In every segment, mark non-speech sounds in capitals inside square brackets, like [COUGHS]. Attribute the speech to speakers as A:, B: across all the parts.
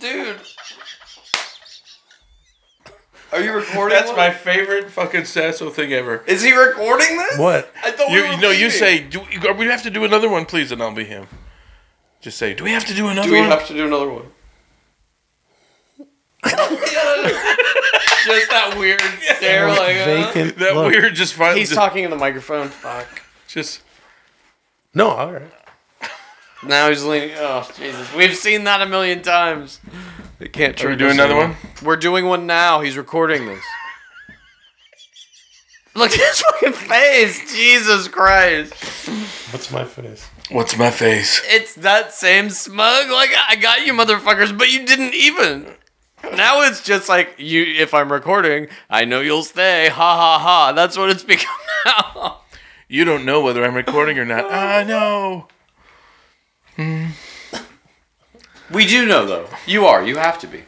A: Dude. Are you recording?
B: That's
A: one?
B: my favorite fucking Sasso thing ever.
A: Is he recording this?
C: What?
A: I thought
B: You
A: we were
B: you know you
A: leaving.
B: say do we- we have to do another one please and I'll be him. Just say do we have to do another
A: Do we
B: one?
A: have to do another one? Just that weird stare,
C: Most
A: like uh,
B: [LAUGHS]
C: vacant
B: that
C: look.
B: weird just finally
A: he's
B: just,
A: talking in the microphone. Fuck.
B: just
C: No, all right.
A: Now he's leaning. Oh Jesus, we've seen that a million times. It can't.
B: should we
A: trick
B: do
A: us
B: another
A: anymore.
B: one?
A: We're doing one now. He's recording this. Look at his fucking face. Jesus Christ.
C: What's my face?
B: What's my face?
A: It's that same smug. Like I got you, motherfuckers, but you didn't even. Now it's just like you. If I'm recording, I know you'll stay. Ha ha ha. That's what it's [LAUGHS] become now.
B: You don't know whether I'm recording or not. I know.
A: We do know though. You are. You have to be.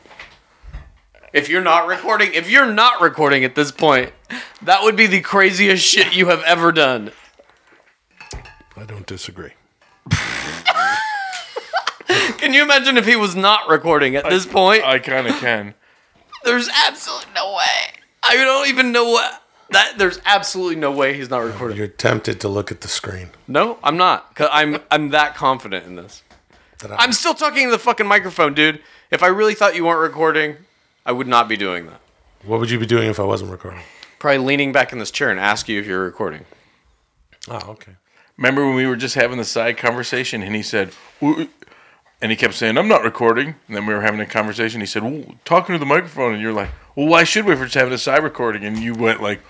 A: If you're not recording, if you're not recording at this point, that would be the craziest shit you have ever done.
C: I don't disagree.
A: Can you imagine if he was not recording at this point?
B: I kind of can.
A: There's absolutely no way. I don't even know what that. There's absolutely no way he's not recording.
C: You're tempted to look at the screen.
A: No, I'm not. Cause I'm I'm that confident in this.
C: That
A: I'm still talking to the fucking microphone, dude. If I really thought you weren't recording, I would not be doing that.
C: what would you be doing if I wasn't recording?
A: Probably leaning back in this chair and ask you if you're recording.
C: Oh, okay.
B: Remember when we were just having the side conversation and he said, "Ooh," and he kept saying, I'm not recording. And then we were having a conversation. He said, "Ooh," talking to the microphone. And you're like, well, why should we if we're just having a side recording? And you went like,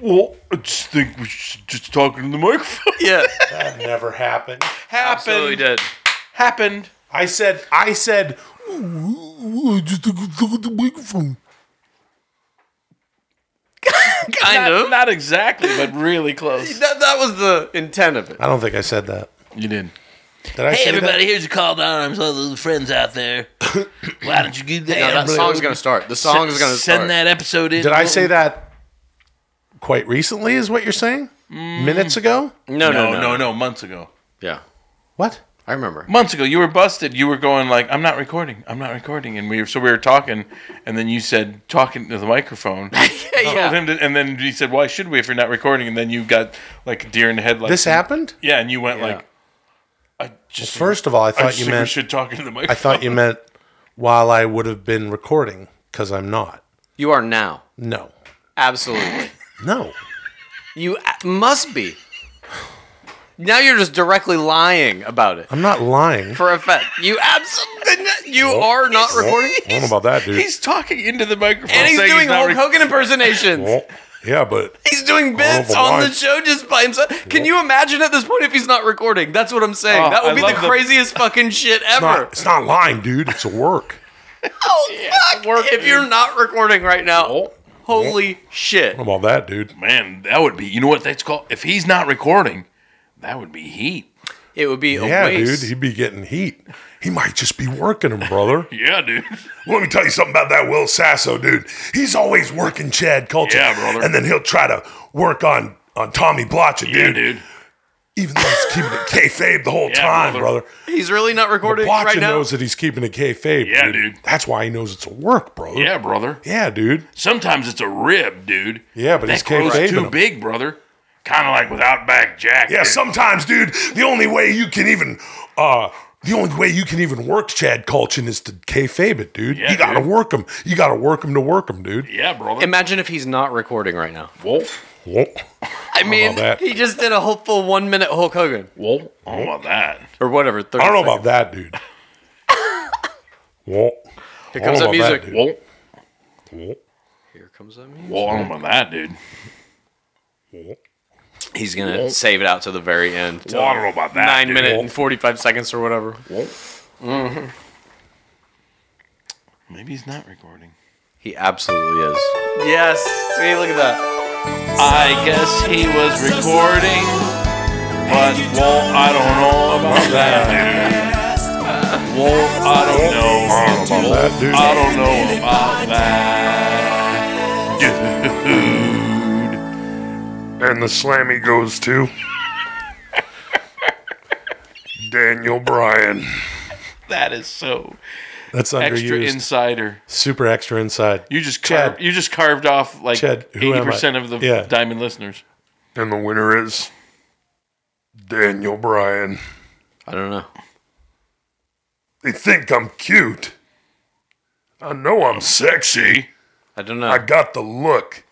B: well, I just think we should just talking to the microphone.
A: Yeah,
C: That never happened.
A: absolutely
B: [LAUGHS] happened.
A: [LAUGHS] did.
B: Happened.
C: I said, I said, just look at the microphone.
A: Kind
B: Not,
A: of.
B: not exactly, but
A: [LAUGHS]
B: really close.
A: that, that was the intent of it.
C: I don't think I said that.
B: You did.
C: Did I say
B: here's a call to arms, all those friends out there. [COUGHS] Why don't you do that?
A: No, that song's gonna start. The song's gonna start.
B: episode in.
C: that? Did I say that quite recently, is what you're saying? Minutes ago?
A: No,
B: No,
A: no,
B: no, no, months ago.
A: Yeah,
C: What?
A: I remember.
B: months ago you were busted you were going like i'm not recording i'm not recording and we were so we were talking and then you said talking to the microphone
A: [LAUGHS] [LAUGHS] yeah,
B: Told him to- and then he said why should we if you're not recording and then you got like a deer in the headlights
C: This happened?
B: yeah and you went
A: Yeah.
B: like i just think-
C: First of all, I
B: I
C: thought
B: just
C: you
B: think we
C: meant
B: should talk into the microphone [LAUGHS]
C: I thought you meant while I would have been recording because I'm not.
A: You are now.
C: No,
A: [LAUGHS] Absolutely.
C: no.
A: You a- must be. Now you're just directly lying about it.
C: I'm not lying.
A: for effect. You absolutely you are not recording,
C: I don't know about that, dude.
B: he's talking into the microphone
A: and he's
B: saying
A: doing
B: not
A: Hulk
B: rec-
A: Hogan impersonations.
C: Well, yeah, but
A: He's doing bits
C: Horrible
A: on the
C: line.
A: show just by himself. Can you imagine at this point if he's not recording? That's what I'm saying.
B: Oh,
A: that would
B: I
A: be
B: love
A: the
B: the-
A: craziest fucking shit
C: not,
A: ever.
C: it's not lying, dude. It's a work.
A: [LAUGHS] Oh fuck!
B: work,
A: if you're
B: dude.
A: not recording right now,
B: Oh.
A: holy shit!
C: I don't know about that, dude.
B: man that would be you know what that's called if he's not recording that would be heat
A: It would be
C: Yeah,
A: a waste.
C: dude. He'd be getting heat. He might just be working him, brother.
B: yeah dude
C: Let me tell you something about that Will Sasso, dude. He's always working Chad culture.
B: Yeah, brother.
C: And then he'll try to work on on Tommy
B: [LAUGHS]
C: Blotcha,
B: yeah
C: dude.
B: dude
C: Even though he's keeping it kayfabe the whole
B: Yeah,
C: time,
B: brother.
C: brother.
A: He's really not recording
C: Blotcha
A: right now.
C: knows that he's keeping it kayfabe.
B: Yeah, dude.
C: That's why he knows it's a work, brother.
B: yeah brother
C: Yeah, dude.
B: Sometimes it's a rib, dude.
C: Yeah, but
B: that
C: he's
B: grow's
C: kayfabing
B: too
C: him.
B: big, brother. Kind of like with Outback Jack.
C: Yeah,
B: dude.
C: sometimes, dude, the only way you can even uh the only way you can even work Chad Colchin is to kayfabe it, dude.
B: Yeah,
C: you gotta
B: dude.
C: work him. You gotta work him to work him, dude.
B: yeah, brother.
A: Imagine if he's not recording right now.
B: Whoa,
C: Whoa.
A: I mean,
C: that.
A: he just did a whole full one minute Hulk Hogan
B: whoa. I don't know about that.
A: or whatever. 30
C: I don't know
A: seconds.
C: about that, dude. Whoa. Here
A: comes that music.
B: Whoa,
A: Here comes that music.
B: whoa. I don't know about that, dude.
A: He's gonna save it out to the very end.
B: Whoa, I don't know about that.
A: Nine
B: dude.
A: minute and forty five seconds or whatever.
B: Maybe he's not recording.
A: He absolutely is. Yes. See, look at that.
B: I guess he was recording, but whoa, I don't know about that, dude. Whoa, I don't know. I don't know
C: about that, dude.
B: I don't know about that, dude.
C: And the slammy goes to [LAUGHS] Daniel Bryan.
B: That is so.
C: That's
B: extra
C: underused.
B: insider.
C: Super extra inside.
B: You just
C: Chad.
B: carved, you just carved off like
C: Chad, who am
B: eighty percent
C: I?
B: of the
C: Yeah.
B: diamond listeners.
D: And the winner is Daniel Bryan.
A: I don't know.
D: They think I'm cute. I know I'm sexy.
A: I don't know.
D: I got the look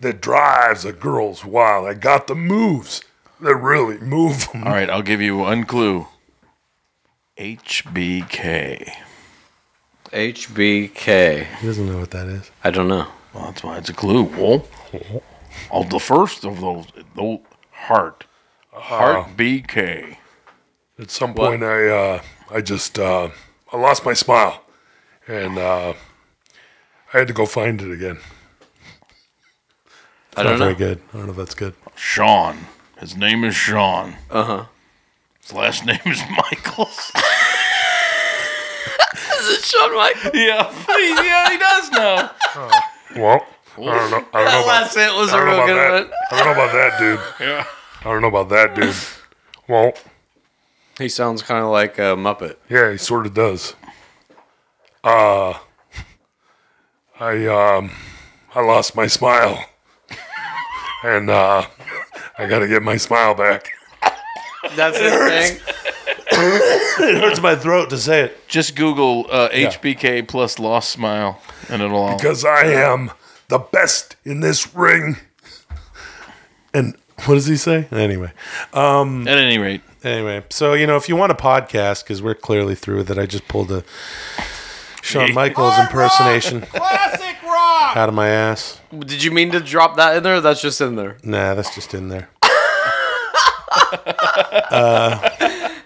D: that drives a girl's wild. I got the moves that really move 'em.
B: All right, I'll give you one clue. HBK.
A: HBK.
C: He doesn't know what that is.
A: I don't know.
B: Well, that's why it's a clue. Well, oh, the first of those, the heart,
C: Uh-huh.
B: heart BK.
D: At some point, I uh, I just uh, I lost my smile, and uh, I had to go find it again.
A: I don't
C: Not very
A: know.
C: good. I don't know if that's good.
B: Sean. His name is Sean. Uh huh. His last [LAUGHS] name is Michaels.
A: Is it Shawn Michaels? [LAUGHS]
B: yeah, yeah, he does know.
D: Well, I don't know. I don't know
A: That
D: about,
A: last hit was
D: I
A: a
D: don't know
A: real
D: about
A: good
D: that.
A: one.
D: I don't know about that, dude.
B: Yeah.
D: I don't know about that, dude. Well,
A: He sounds kind of like a Muppet.
D: yeah, he sort of does. Uh, I um, I lost my smile, and uh, I got to get my smile back.
A: That's his thing.
C: It hurts my throat to say it.
B: Just Google uh, HBK plus lost smile, and it'll all.
D: because I am the best in this ring.
C: And what does he say? Anyway.
B: At any rate,
C: Anyway, so you know, if you want a podcast, because we're clearly through with it, I just pulled a Shawn Michaels impersonation
A: Classic rock.
C: out of my ass.
A: Did you mean to drop that in there? or That's just in there.
C: Nah, that's just in there.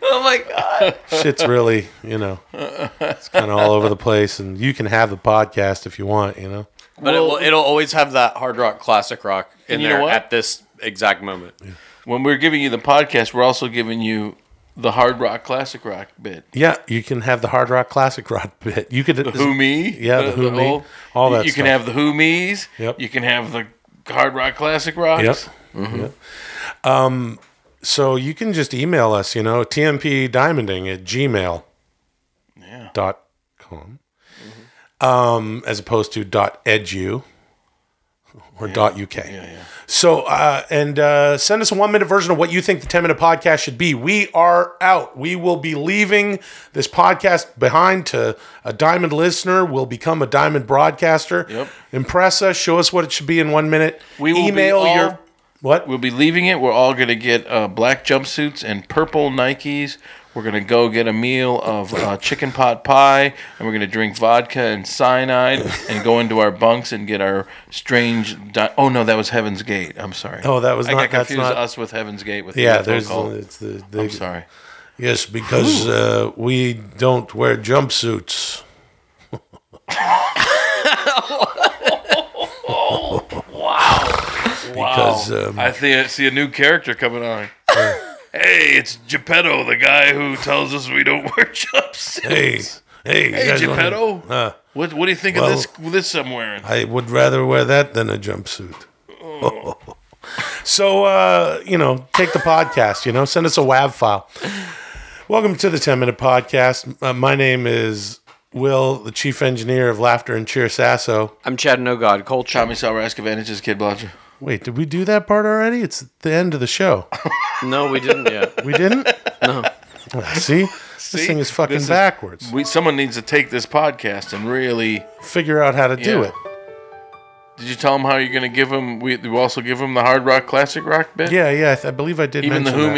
A: Oh my god.
C: Shit's really, you know, it's kind of all over the place, and you can have the podcast if you want, you know.
A: But it will, it'll always have that hard rock, classic rock in
B: you know
A: there
B: what?
A: at this exact moment.
B: when we're giving you the podcast, we're also giving you the hard rock classic rock bit.
C: Yeah, you can have the hard rock classic rock bit. You could
B: Who me?
C: Yeah, the who me,
B: whole-
C: all
B: you-
C: that
B: You can
C: stuff.
B: have the who me's.
C: Yep.
B: You can have the hard rock classic rocks.
C: Yep.
B: Mm-hmm.
C: Yep. Um, so you can just email us, you know, tmpdiamonding at gmail
B: Yeah.
C: dot com, um, as opposed to dot edu or dot uk. So, uh, and uh, send us a one minute version of what you think the 10 minute podcast should be. We are out. We will be leaving this podcast behind to a diamond listener. We'll become a diamond broadcaster.
B: Yep.
C: Impress us. Show us what it should be in one minute.
B: We will be
C: email
B: all-
C: your. What?
B: We'll be leaving it. We're all going to get uh, black jumpsuits and purple Nikes. We're going to go get a meal of uh, chicken pot pie, and we're going to drink vodka and
C: [LAUGHS]
B: cyanide and go into our bunks and get our strange. Di- oh, no, that was Heaven's Gate. I'm sorry.
C: Oh, that was
B: I
C: not-
B: got
C: that's
B: confused
C: not-
B: us with Heaven's Gate. with
C: Yeah,
B: UFO
C: there's
B: call.
C: it's the, the
B: I'm sorry.
C: yes because uh, we don't wear jumpsuits. [LAUGHS]
B: [LAUGHS]
C: Because,
B: wow.
C: um,
B: I thi- I see a new character coming on. [LAUGHS] hey, it's Geppetto, the guy who tells us we don't wear [LAUGHS] jumpsuits.
C: Hey, hey, you
B: Hey,
C: guys wanna-
B: Geppetto.
C: Uh,
B: what What do you think
C: well-
B: of this? This I'm wearing.
C: I would rather wear that than a jumpsuit. [LAUGHS] so, uh, you know, take the podcast, you know, send us a WAV file. Welcome to the 10 Minute Podcast. Uh, my name is Will, the Chief Engineer of Laughter and Cheer Sasso.
A: I'm Chad No God Culture.
B: Tommy Salrask and his Kid Blotcher.
C: Wait, did we do that part already? It's at the end of the show.
A: No, we didn't yet.
B: [LAUGHS]
C: We didn't? no. See? This thing is fucking
B: This is-
C: backwards.
B: We someone needs to take this podcast and really.
C: Figure out how to do
B: Yeah.
C: it.
B: Did you tell him how you're going to give him? We, we also give him the hard rock classic rock bit.
C: Yeah, yeah. I, th- I believe I did
B: Even the
C: mention that.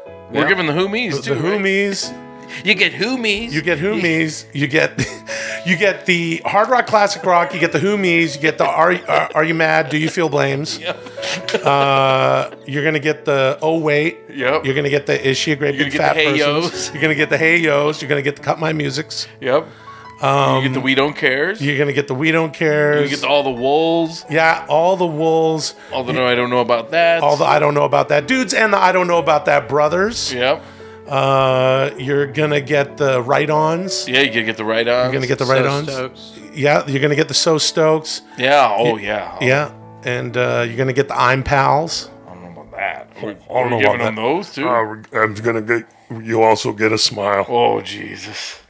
B: Whomies. We're
A: Yeah.
B: giving the Whomies
C: The
B: too. right?
C: Whomies.
B: You get Whomies.
C: You get Whomies. You get [LAUGHS] you get the hard rock classic rock. You get the Whomies. You get the Are Are, are You Mad? Do You Feel Blames? Uh, you're gonna get the Oh Wait.
B: Yep.
C: You're gonna get the Is She a Great
B: You're
C: Big
B: gonna
C: Fat
B: get the Hey
C: Person?
B: Yo's.
C: You're gonna get the Hey Yo's. You're gonna get the Cut My Musics.
B: Yep. you
C: um,
B: get the We Don't Cares. You,
C: You're gonna get the We Don't Cares.
B: get the, all the Wolves.
C: yeah, all the Wolves.
B: All the No, I don't know about that.
C: All the I don't know about that dudes and the I don't know about that brothers.
B: Yep.
C: Uh, you're gonna get the right ons.
B: Yeah, you gotta get the right on.
C: You're gonna get the right ons. Yeah, you're gonna get the so Stokes.
B: Yeah. Oh yeah.
C: Yeah, and uh, you're gonna get the I'm pals.
B: I don't know about that. We're,
D: I don't
B: we're
D: know
B: giving
D: about
B: them those too.
D: Uh, I'm gonna get. You also get a smile.
B: oh Jesus.